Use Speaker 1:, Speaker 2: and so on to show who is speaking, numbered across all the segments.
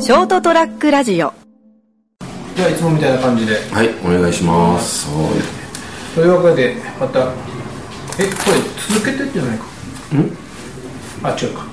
Speaker 1: ショートトラックラジオ
Speaker 2: じゃあいつもみたいな感じで
Speaker 3: はい、お願いします。はい
Speaker 2: というわけでまたえこれ続けてんじゃないかんあ違うか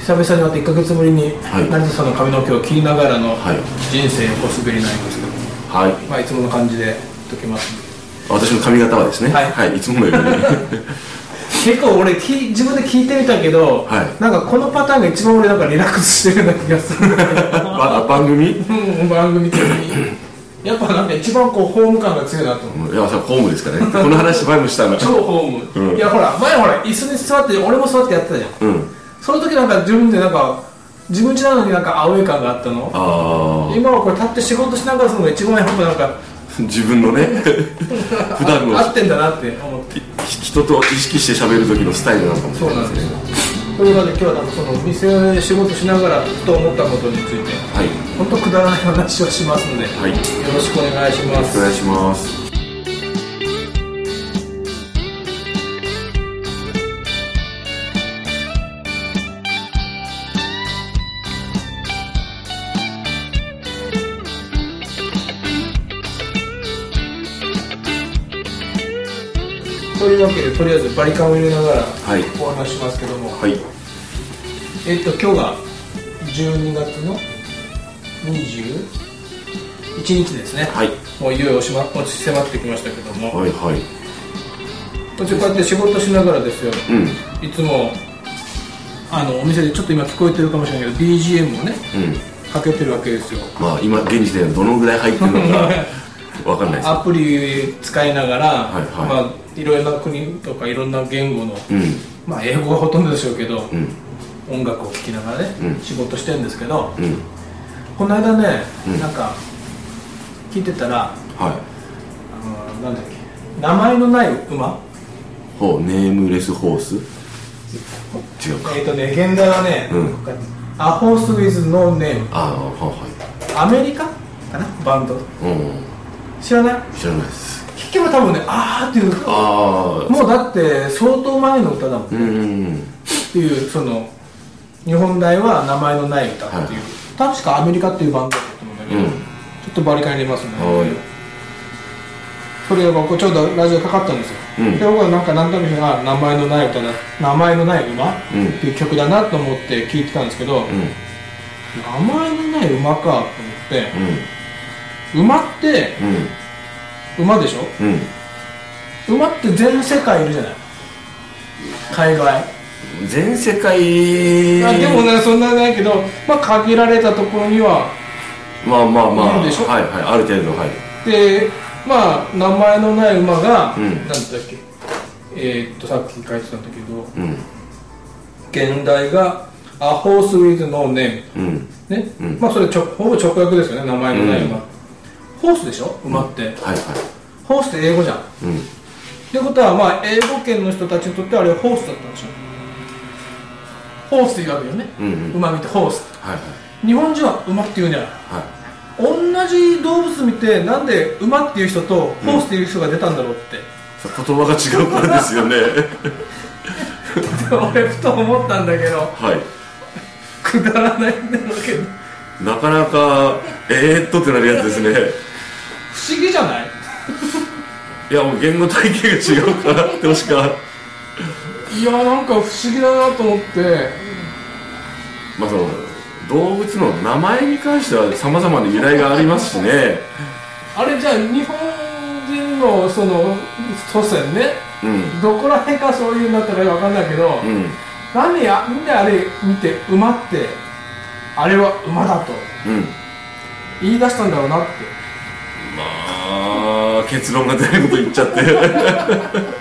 Speaker 2: 久々にまた1か月ぶりに
Speaker 3: は
Speaker 2: 成
Speaker 3: い
Speaker 2: 田さんの髪の毛を切りながらの
Speaker 3: はい
Speaker 2: 人生横滑りになりますけど、
Speaker 3: はい。
Speaker 2: まあいつもの感じでやっときますんで
Speaker 3: 私の髪型はですね。
Speaker 2: はい
Speaker 3: い、いつものように。
Speaker 2: 結構俺き自分で聞いてみたけど、
Speaker 3: はい
Speaker 2: なんかこのパターンが一番俺なんかリラックスしてるような気がする
Speaker 3: ば番組。い
Speaker 2: うん番組的にやっぱなんか一番こうホーム感が強いなと思う
Speaker 3: や、さ、ホームですかね。この話前 もしたな。
Speaker 2: 超ホーム、
Speaker 3: うん
Speaker 2: いやほら前ほら椅子に座って俺も座ってやってたじゃん
Speaker 3: うん。
Speaker 2: その時なんか自分でなんか自分家なのになんかアウェー感があったの
Speaker 3: あ
Speaker 2: 今はこれ立って仕事しながらするのが一番やっぱなんか
Speaker 3: あ、自 分のね。普段の
Speaker 2: あ合ってんだなって思って
Speaker 3: 人と意識して喋る時のスタイルなのかもし
Speaker 2: そう
Speaker 3: れな
Speaker 2: ないんで
Speaker 3: で
Speaker 2: すすよ
Speaker 3: ね。
Speaker 2: というわけで今日はなんかそのお店で仕事しながらふと思ったことについて
Speaker 3: はい。
Speaker 2: 本当くだらない話をしますので、
Speaker 3: はい。
Speaker 2: よろしくお願いしま
Speaker 3: お
Speaker 2: す
Speaker 3: 願いします。
Speaker 2: というわけでとりあえずバリカンを入れながら
Speaker 3: はい。
Speaker 2: お話ししますけども、
Speaker 3: はい。
Speaker 2: えっと今日が12月の21日ですね、
Speaker 3: はい。
Speaker 2: もういよいよおしま落ち迫ってきましたけども、
Speaker 3: はい。はい。
Speaker 2: こっちこうやって仕事しながらですよ
Speaker 3: うん。
Speaker 2: いつもあのお店でちょっと今聞こえてるかもしれないけど BGM をね
Speaker 3: うん。
Speaker 2: かけてるわけですよ
Speaker 3: まあ、今現時点でどのぐらい入ってるの か。わかんないです。
Speaker 2: アプリ使いながら、
Speaker 3: はい
Speaker 2: いまあ、いろいろな国とかいろんな言語の、
Speaker 3: うん。
Speaker 2: まあ、英語がほとんどでしょうけど、
Speaker 3: うん。
Speaker 2: 音楽を聴きながらね、
Speaker 3: うん
Speaker 2: 仕事してるんですけど
Speaker 3: うん。
Speaker 2: この間ね、
Speaker 3: うん
Speaker 2: なんか聞いてたら
Speaker 3: は
Speaker 2: あのなんだっけ名前のない馬
Speaker 3: い。ほう、ネームレスホース。違うか。
Speaker 2: えっ、とね現代はね、
Speaker 3: うん
Speaker 2: アホース・ウィズ・ノーネーム
Speaker 3: ああ、はい
Speaker 2: アメリカかなバンド
Speaker 3: はい。うん。
Speaker 2: 知らない
Speaker 3: 知らないです。
Speaker 2: 聞けば多分ねあーっていう
Speaker 3: ああ。
Speaker 2: もうだって相当前の歌だもんっ
Speaker 3: うんうん。
Speaker 2: ていうその日本代は名前のない歌っていう、確かアメリカっていうバンドだったと思うんだけ
Speaker 3: う
Speaker 2: ど、
Speaker 3: ん。
Speaker 2: ちょっとバリカン入れますね、
Speaker 3: はい
Speaker 2: それが僕ちょうどラジオかかったんですよ、
Speaker 3: うん
Speaker 2: で僕はなんか何となくが名前のない歌だ名前のない馬って
Speaker 3: うん。
Speaker 2: いう曲だなと思って聞いてたんですけど、
Speaker 3: うん。
Speaker 2: 名前のない馬かと思って
Speaker 3: うん。
Speaker 2: 馬って
Speaker 3: う
Speaker 2: 馬でしょ
Speaker 3: ん。うん。
Speaker 2: 馬って全世界いるじゃない海外
Speaker 3: 全世界。
Speaker 2: あでもねそんなないけどまあ限られたところには
Speaker 3: まあまあまあ。
Speaker 2: いるでしょ
Speaker 3: はいはい。ある程度、はい。
Speaker 2: でまあ名前のない馬が、
Speaker 3: うん
Speaker 2: なんだっけえーっとさっき書いてたんだ
Speaker 3: うん。
Speaker 2: けど現代が「アホース・ウィズ・ノーネ
Speaker 3: うん。
Speaker 2: ーム」ね、
Speaker 3: うん
Speaker 2: まあそれ直ほぼ直訳ですよね名前のない馬、
Speaker 3: うん
Speaker 2: ホースでしょ馬って、
Speaker 3: はいは
Speaker 2: ホースって英語じゃんっ
Speaker 3: い。うん。
Speaker 2: てことはまあ英語圏の人たちにとってはあれはホースだったんでしょホースって言うわけよね、
Speaker 3: うんうん。
Speaker 2: 馬見てホース
Speaker 3: はいはい。
Speaker 2: 日本人は馬って言うんじゃない
Speaker 3: はい。
Speaker 2: 同じ動物見てなんで馬っていう人とホースっていう人が出たんだろうって、
Speaker 3: そう言葉が違うからですよね。
Speaker 2: 俺ふと思ったんだけど
Speaker 3: はい。
Speaker 2: くだらないんだろうけど
Speaker 3: なかなか、えーっとってなるやつですね。
Speaker 2: 不思議じゃない
Speaker 3: いや、もう言語体系が違うからって、もしか。
Speaker 2: いやなんか不思議だなと思って
Speaker 3: まあその動物の名前に関しては様々な由来がありますしね
Speaker 2: あれじゃあ日本人のその祖先ね
Speaker 3: うん
Speaker 2: どこら辺かそういうなったら分かんないけど、
Speaker 3: うん
Speaker 2: 何やみんなあれ見て馬ってあれは馬だと
Speaker 3: うん
Speaker 2: 言い出したんだろうなって
Speaker 3: まあ結論が出ないこと言っちゃってま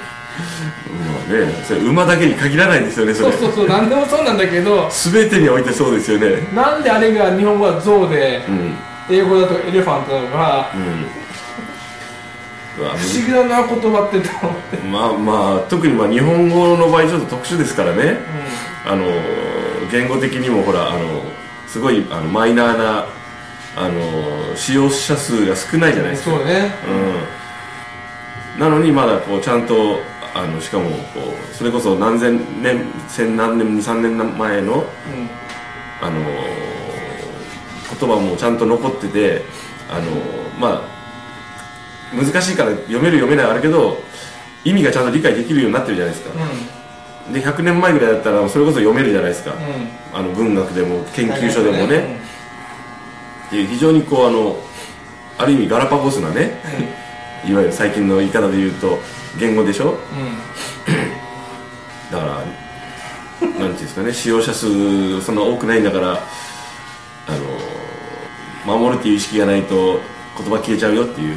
Speaker 3: あねそれ馬だけに限らないんですよねそ
Speaker 2: そう
Speaker 3: れ
Speaker 2: そうそう何でもそうなんだけど
Speaker 3: 全てにおいてそうですよね
Speaker 2: なんであれが日本語は象で
Speaker 3: うん
Speaker 2: 英語だとエレファントなのか
Speaker 3: うんまあ
Speaker 2: 不思議だな言葉ってと思って、
Speaker 3: まあまあ特にまあ日本語の場合ちょっと特殊ですからねあの言語的にもほらあのすごいあのマイナーなあの使用者数が少ないじゃないですか、
Speaker 2: そうね
Speaker 3: うん、なのにまだこうちゃんとあのしかもこうそれこそ何千年千何年3年前の
Speaker 2: う
Speaker 3: あの言葉もちゃんと残っててあのまあ難しいから読める読めないあるけど意味がちゃんと理解できるようになってるじゃないですかで100年前ぐらいだったらそれこそ読めるじゃないですか、あの文学でも研究所でもね、っていう非常にこうあのある意味ガラパゴスなねいわゆる最近の言い方で言うと言語でしょ
Speaker 2: うんうん
Speaker 3: だからなんていうんですかね使用者数そんな多くないんだからあの守るっていう意識がないと言葉消えちゃうよっていう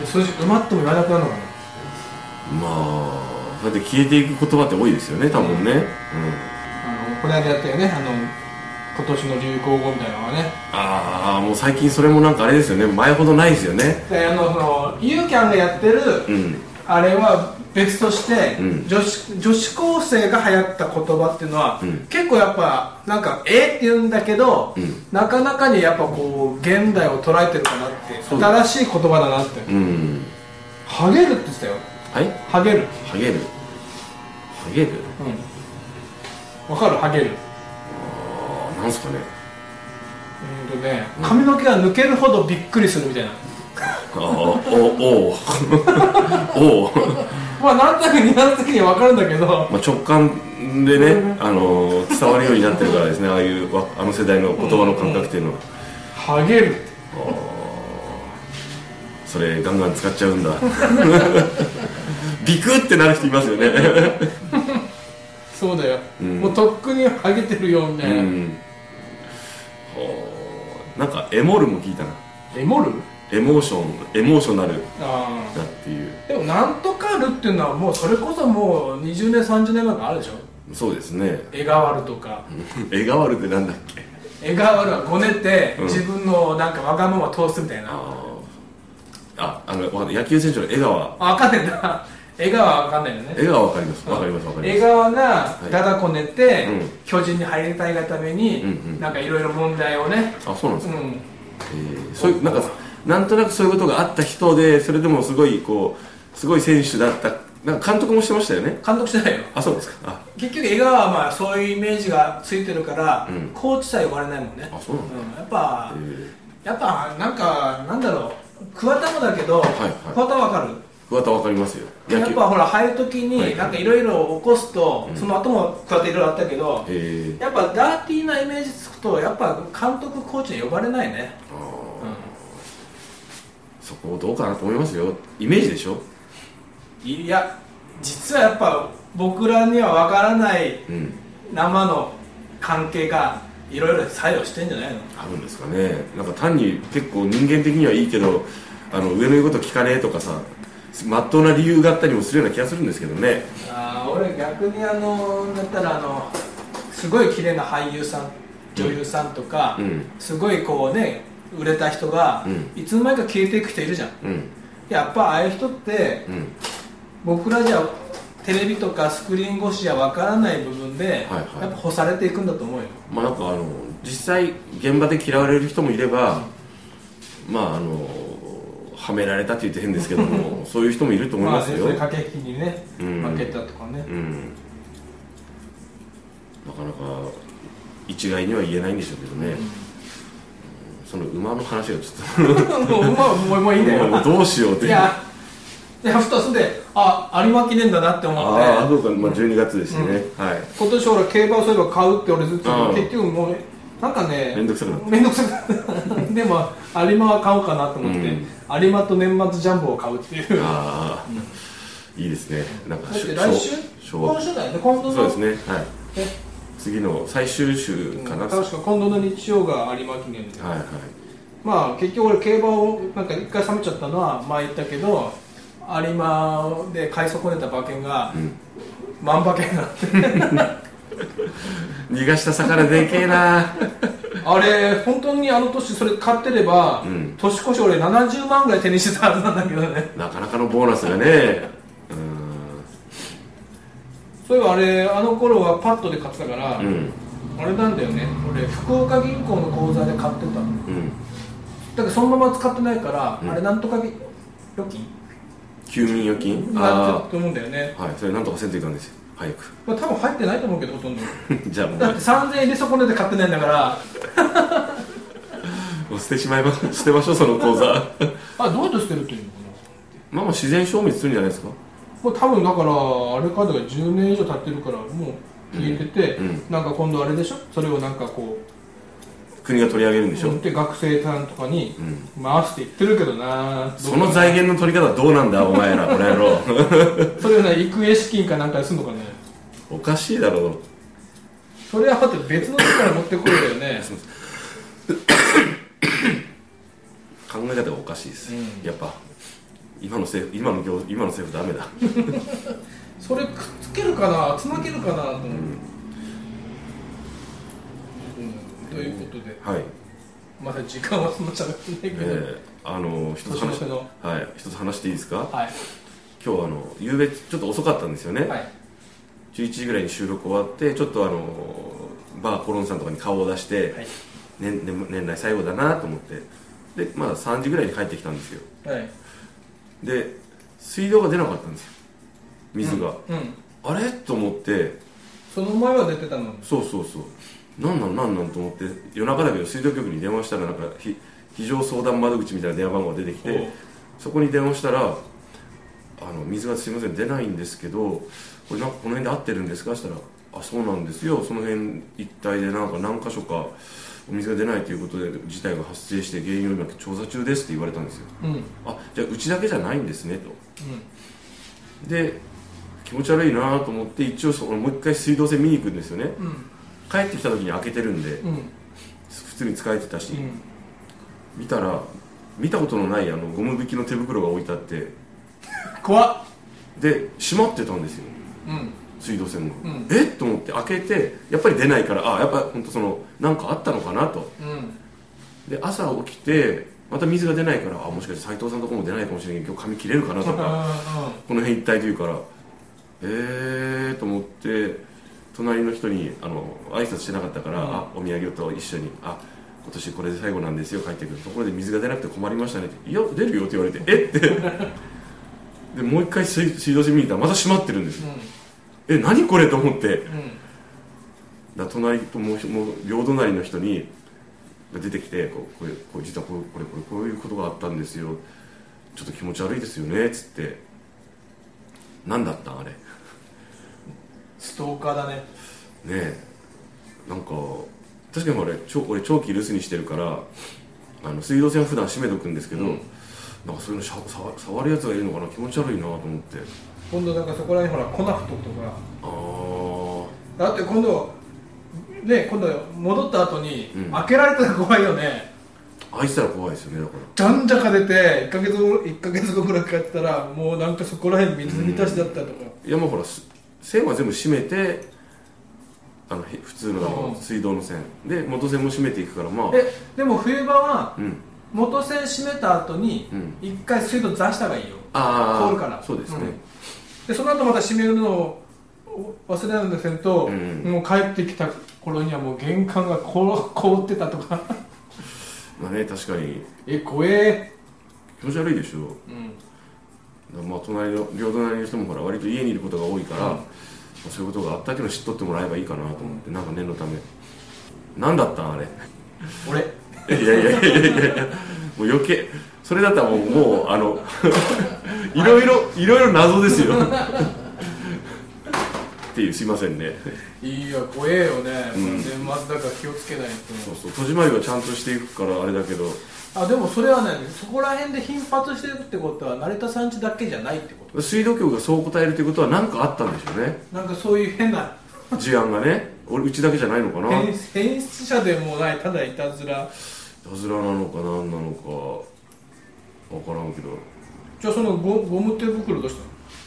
Speaker 2: で数字埋まっても言わなくなるのかな
Speaker 3: まあそうやって消えていく言葉って多いですよね多分ね、うん、
Speaker 2: あのこの間やったよねあの今年の流行語みたいなのがね
Speaker 3: ああもう最近それもなんかあれですよね前ほどないですよね
Speaker 2: であのそのユーキャンがやってる、
Speaker 3: うん
Speaker 2: あれは別として、
Speaker 3: うん
Speaker 2: 女子女子高生が流行った言葉っていうのは、
Speaker 3: うん
Speaker 2: 結構やっぱなんか「えっ?」て言うんだけど、
Speaker 3: うん
Speaker 2: なかなかにやっぱこう現代を捉えてるかなって
Speaker 3: そう
Speaker 2: 新しい言葉だなって
Speaker 3: うん
Speaker 2: 「ハゲる」って言ってたよ
Speaker 3: はい
Speaker 2: 「ハゲる
Speaker 3: ハゲるハゲる」
Speaker 2: うんわかるハゲる
Speaker 3: あーなんすかね
Speaker 2: うんとね髪の毛が抜けるほどびっくりするみたいな
Speaker 3: ああおおおお
Speaker 2: まあなんとなく似合う時にはわかるんだけど
Speaker 3: まあ、直感でね、あのー伝わるようになってるからですねああいうわあの世代の言葉の感覚っていうのは、
Speaker 2: 「ハゲる」って
Speaker 3: それガンガン使っちゃうんだビクってなる人いますよね
Speaker 2: そうだよ、
Speaker 3: うん
Speaker 2: もうとっくにハゲてるよみた
Speaker 3: う
Speaker 2: いな、
Speaker 3: んほうなんかエモルも聞いたな
Speaker 2: エモる
Speaker 3: エモーションエモーショナル
Speaker 2: ああ
Speaker 3: だっていう
Speaker 2: でもなんとかるっていうのはもうそれこそもう20年30年前からあるでしょ
Speaker 3: そうですね
Speaker 2: 絵がわるとか
Speaker 3: エガワルってなんだっけ
Speaker 2: 絵がわるはごねて
Speaker 3: うん
Speaker 2: 自分のなんかわがまま通すみたいな、
Speaker 3: あーああのわかった野球選手の江川
Speaker 2: あ分かんないな絵がわは分かんないよね
Speaker 3: 江川わかりますわかりますわかり
Speaker 2: 江
Speaker 3: ます
Speaker 2: 川がだだこねて、
Speaker 3: うん
Speaker 2: 巨人に入りたいがために、
Speaker 3: うんうん
Speaker 2: なんかいろいろ問題をね、
Speaker 3: あそうなんです
Speaker 2: う
Speaker 3: か
Speaker 2: ん、
Speaker 3: えーそういうなんかなんとなくそういうことがあった人でそれでもすごいこうすごい選手だったなんか監督もしてましたよね
Speaker 2: 監督してないよ
Speaker 3: あそうですかあ
Speaker 2: 結局江川はまあそういうイメージがついてるから、
Speaker 3: うん
Speaker 2: コーチさえ呼ばれないもんね
Speaker 3: あそうなんだ
Speaker 2: ん、やっぱ
Speaker 3: え、ー
Speaker 2: やっぱなんかなんだろう桑田もだけど、
Speaker 3: はい
Speaker 2: 桑田わかる
Speaker 3: 桑田わかりますよ
Speaker 2: や
Speaker 3: 野
Speaker 2: っ
Speaker 3: 球
Speaker 2: ぱほら入る時
Speaker 3: はいは
Speaker 2: に
Speaker 3: い
Speaker 2: なんかいろいろ起こすと、
Speaker 3: うん
Speaker 2: その後も桑田いろいろあったけど、
Speaker 3: えー
Speaker 2: やっぱダーティーなイメージつくとやっぱ監督コーチに呼ばれないね、
Speaker 3: あー
Speaker 2: う
Speaker 3: そこどうかなと思いますよイメージでしょ
Speaker 2: ん、いや実はやっぱ僕らにはわからない
Speaker 3: うん
Speaker 2: 生の関係がいろいろ作用してんじゃないの
Speaker 3: あるんですかねなんか単に結構人間的にはいいけどあの上の言うこと聞かねえとかさまっとうな理由があったりもするような気がするんですけどね
Speaker 2: あー俺逆にあのだったらあのすごい綺麗な俳優さん女優さんとか、
Speaker 3: うん
Speaker 2: すごいこうね売れた人が、
Speaker 3: う
Speaker 2: いつの間にか消えていく人いるじゃん
Speaker 3: うん
Speaker 2: やっぱああいう人って
Speaker 3: うん
Speaker 2: 僕らじゃテレビとかスクリーン越しじゃわからない部分で、
Speaker 3: はいはい
Speaker 2: やっぱ干されていくんだと思うよ
Speaker 3: まあなんかあの実際現場で嫌われる人もいればまああのはめられたって言って変ですけど もそういう人もいると思いますよ、
Speaker 2: あねそれ駆け引きにね、
Speaker 3: うん
Speaker 2: 負けたとか ね、
Speaker 3: うんなかなか一概には言えないんでしょうけどね、その馬の話がちょっ
Speaker 2: もうまあもうもう いいんだ
Speaker 3: ともう
Speaker 2: よ
Speaker 3: どうしようって
Speaker 2: いやいやふとそれであ有馬記念だなって思って
Speaker 3: ああそうか、まあ、12月ですしね、はい
Speaker 2: 今年俺競馬をそういえば買うって俺ずっと言って
Speaker 3: うん
Speaker 2: 結局もうなんかね
Speaker 3: めんどくさくなった
Speaker 2: めんどくさくなった でも有馬は買おうかなと思って、有馬と年末ジャンボを買うって いうだ
Speaker 3: ああ、いいですねなんか
Speaker 2: って来週
Speaker 3: 昭和
Speaker 2: 今週だよね今度の
Speaker 3: そうですねはい
Speaker 2: え
Speaker 3: 次の最終週
Speaker 2: うん
Speaker 3: かな、
Speaker 2: 確か今度の日曜が有馬記念で、
Speaker 3: はいはい
Speaker 2: まあ結局俺競馬をなんか一回冷めちゃったのは前言ったけど有馬で買い損ねた馬券が、
Speaker 3: ん
Speaker 2: 万馬券になって
Speaker 3: 逃がした魚でけえな
Speaker 2: あれ本当にあの年それ買ってれば、
Speaker 3: うん
Speaker 2: 年越し俺70万ぐらい手にしてたはずなんだけどね
Speaker 3: なかなかのボーナスがねうーん
Speaker 2: そういえばあれあの頃はパッドで買ってたから、
Speaker 3: うん
Speaker 2: あれなんだよね俺福岡銀行の口座で買ってたのだ
Speaker 3: うん
Speaker 2: けどそのまま使ってないから、
Speaker 3: うん
Speaker 2: あれなんとかぎ預金
Speaker 3: 休眠預金
Speaker 2: になって
Speaker 3: あ
Speaker 2: ると思うんだよね
Speaker 3: あはいそれなんとかせんといかんですよ早く
Speaker 2: まあ、多分入ってないと思うけどほとんど
Speaker 3: じゃあもう
Speaker 2: だって3000円でそこねで買ってないんだから
Speaker 3: もう捨てしまいま 捨てましょうその講座
Speaker 2: あどうやって捨てるっていうのかな
Speaker 3: まあまあ自然消滅するんじゃないですか
Speaker 2: もう多分だからあれかだから10年以上経ってるからもう消えてて、
Speaker 3: うんうん
Speaker 2: なんか今度あれでしょそれをなんかこう
Speaker 3: 国が取り上げるんでしょ、
Speaker 2: 持って学生さんとかに
Speaker 3: うん
Speaker 2: 回していってるけどなどう
Speaker 3: その財源の取り方どうなんだお前らこの野郎
Speaker 2: それをね育英資金かなんかにするのかね
Speaker 3: おかしいだろ
Speaker 2: それはまた別のとこから持ってこいだよね
Speaker 3: 考え方がおかしいです、
Speaker 2: うん
Speaker 3: やっぱ今の政府今の行今の政府ダメだ
Speaker 2: それくっつけるかなつなげるかなと思って、うん、ということで
Speaker 3: はい
Speaker 2: まだ時間はそんな喋ってないけど、
Speaker 3: えーあの一
Speaker 2: 年の
Speaker 3: つ話
Speaker 2: 瀬の
Speaker 3: はい一つ話していいですか
Speaker 2: はい
Speaker 3: 今日あの夕べちょっと遅かったんですよね、
Speaker 2: はい
Speaker 3: 11時ぐらいに収録終わってちょっとあのバーコロンさんとかに顔を出して、
Speaker 2: はい
Speaker 3: 年年年内最後だなと思ってでまあ3時ぐらいに帰ってきたんですよ
Speaker 2: はい
Speaker 3: で水道が出なかったんですよ水が、
Speaker 2: うん
Speaker 3: あれと思って
Speaker 2: その前は出てたの
Speaker 3: そうそうそうなんなんなんなんと思って夜中だけど水道局に電話したらなんかひ非常相談窓口みたいな電話番号が出てき
Speaker 2: おう
Speaker 3: てそこに電話したら「あの水がすいません出ないんですけどこれなんかこの辺で合ってるんですか?」したら「あそうなんですよその辺一帯でなんか何箇所かお水が出ないということで事態が発生して原因を今調査中です」って言われたんですよ
Speaker 2: うんうん
Speaker 3: 「あじゃあうちだけじゃないんですね」とで気持ち悪いなと思って一応そのもう一回水道線見に行くんですよね
Speaker 2: うん
Speaker 3: 帰ってきた時に開けてるんで
Speaker 2: うん
Speaker 3: 普通に使えてたし、
Speaker 2: うん
Speaker 3: 見たら見たことのないあのゴム引きの手袋が置いてあって
Speaker 2: 怖っ
Speaker 3: で閉まってたんですよ
Speaker 2: うん
Speaker 3: 水道線も、
Speaker 2: うん
Speaker 3: えっと思って開けてやっぱり出ないからあやっぱ本当そのなんかあったのかなと
Speaker 2: うん
Speaker 3: で朝起きてまた水が出ないからあもしかして斎藤さんとこも出ないかもしれないけど今日髪切れるかなとか
Speaker 2: う
Speaker 3: この辺一帯というからえーと思って隣の人にあの挨拶してなかったから、
Speaker 2: うん
Speaker 3: あお土産と一緒にあ今年これで最後なんですよ帰ってくるところで水が出なくて困りましたねって「いや出るよ」って言われて「えっ?」 てでもう一回水水道水見に行ったらまた閉まってるんですよ
Speaker 2: ん
Speaker 3: え何これと思って
Speaker 2: うんうん
Speaker 3: だ隣ともうひもう両隣の人にが出てきてこうこういうこう実はこうこれこれこういうことがあったんですよちょっと気持ち悪いですよねっつって何だったんあれね
Speaker 2: ストーカーだね
Speaker 3: えなんか確かに俺ちょ俺長期留守にしてるからあの水道線は普段閉めとくんですけど、
Speaker 2: うん
Speaker 3: なんかそういうのしゃ触触るやつがいるのかな気持ち悪いなと思って
Speaker 2: 今度なんかそこら辺ほらコナフトとか
Speaker 3: ああ
Speaker 2: だって今度ね今度戻った後に、
Speaker 3: うん
Speaker 2: 開けられたら怖いよね
Speaker 3: あいつら怖いですよねだから
Speaker 2: じゃんじゃか出て1ヶ月後1ヶ月後ぐらい帰ってたらもうなんかそこら辺水浸しだったとか、
Speaker 3: いやもうほらす線は全部閉めてあのへ普通のあ
Speaker 2: うん
Speaker 3: の水道の線で元線も閉めていくからまあ
Speaker 2: えでも冬場は
Speaker 3: うん
Speaker 2: 元栓閉めた後に
Speaker 3: うん
Speaker 2: 一回水道出した方がいいよ
Speaker 3: ああ
Speaker 2: 通るから
Speaker 3: そうですね、
Speaker 2: でその後また閉めるのをお忘れなんでせんと、
Speaker 3: うん
Speaker 2: もう帰ってきた頃にはもう玄関が凍凍ってたとか
Speaker 3: まあね確かに
Speaker 2: え怖え
Speaker 3: 気持ち悪いでしょ
Speaker 2: うん
Speaker 3: だからまあ隣の両隣の人もほら割と家にいることが多いか
Speaker 2: う
Speaker 3: ら、
Speaker 2: ん
Speaker 3: まあそういうことがあったっていうのを知っとってもらえばいいかなと思って、なんか念のため何だったんあれ
Speaker 2: 俺
Speaker 3: いやいやいやいやいやもう余計それだったらもうもうあの いろいろいろいろ謎ですよっていうすいませんね
Speaker 2: いや怖えよね、
Speaker 3: うん
Speaker 2: 年末だから気をつけない
Speaker 3: そうそう戸締まりはちゃんとしていくからあれだけど
Speaker 2: とあでもそれはねそこら辺で頻発してるってことは成田さん家だけじゃないってこ
Speaker 3: 水道局がそう答えるということは何かあったんでしょうね
Speaker 2: となんかそういう変な
Speaker 3: 事案がね俺うちだけじゃないのかない
Speaker 2: 変変質者でもないただいたずら
Speaker 3: たずらなのか何なのか分からんけど
Speaker 2: じゃあそのゴゴム手袋どうし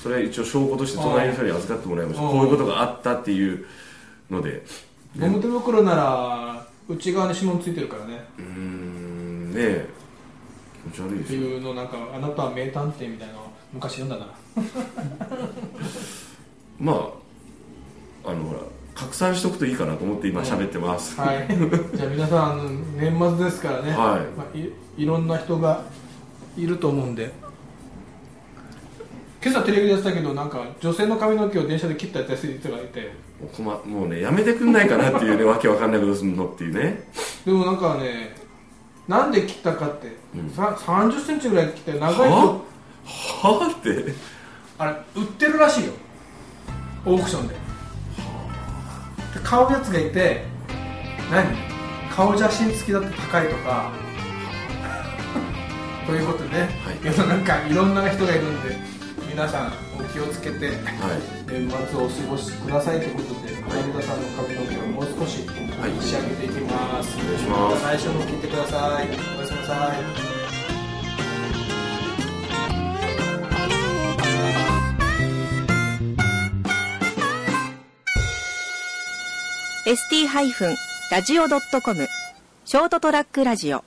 Speaker 3: それは一応証拠として隣の人に預かってもらいまし
Speaker 2: あ
Speaker 3: た
Speaker 2: ー
Speaker 3: こういうことがあったっていうので
Speaker 2: たのゴム手袋なら内側に指紋ついてるからね
Speaker 3: うーんねえ気持ち悪いで
Speaker 2: って
Speaker 3: すよ
Speaker 2: いうのなんかあなたは名探偵みたいなの昔読んだな
Speaker 3: まああのほら拡散しとくといいかなと思って今喋ってます、
Speaker 2: はいじゃあ皆さんあの年末ですからね、
Speaker 3: はい
Speaker 2: まあ、いいろんな人がいると思うんで今朝テレビでやってたけどなんか女性の髪の毛を電車で切ったやつ人がいて
Speaker 3: もう困もうねやめてくんないかなっていうねわけわかんないことすんのっていうね
Speaker 2: でもなんかねなんで切ったかって、
Speaker 3: うん
Speaker 2: さ3 0ンチぐらい切って長い
Speaker 3: は
Speaker 2: 人
Speaker 3: はあって
Speaker 2: あれ売ってるらしいよオークションでで買うやつがいて何顔写真付きだと高いとか ということでね、
Speaker 3: はい
Speaker 2: 世の中いろんな人がいるんで皆さんお気をつけて
Speaker 3: はい
Speaker 2: 年末をお過ごしくださいということで
Speaker 3: はい
Speaker 2: 本田さんの髪の毛をもう少し
Speaker 3: い
Speaker 2: 仕上げていきます、
Speaker 3: お願いします
Speaker 2: 最初も聞いてくださいおやすみなさい
Speaker 1: ー ST-radio.com ショートトラックラジオ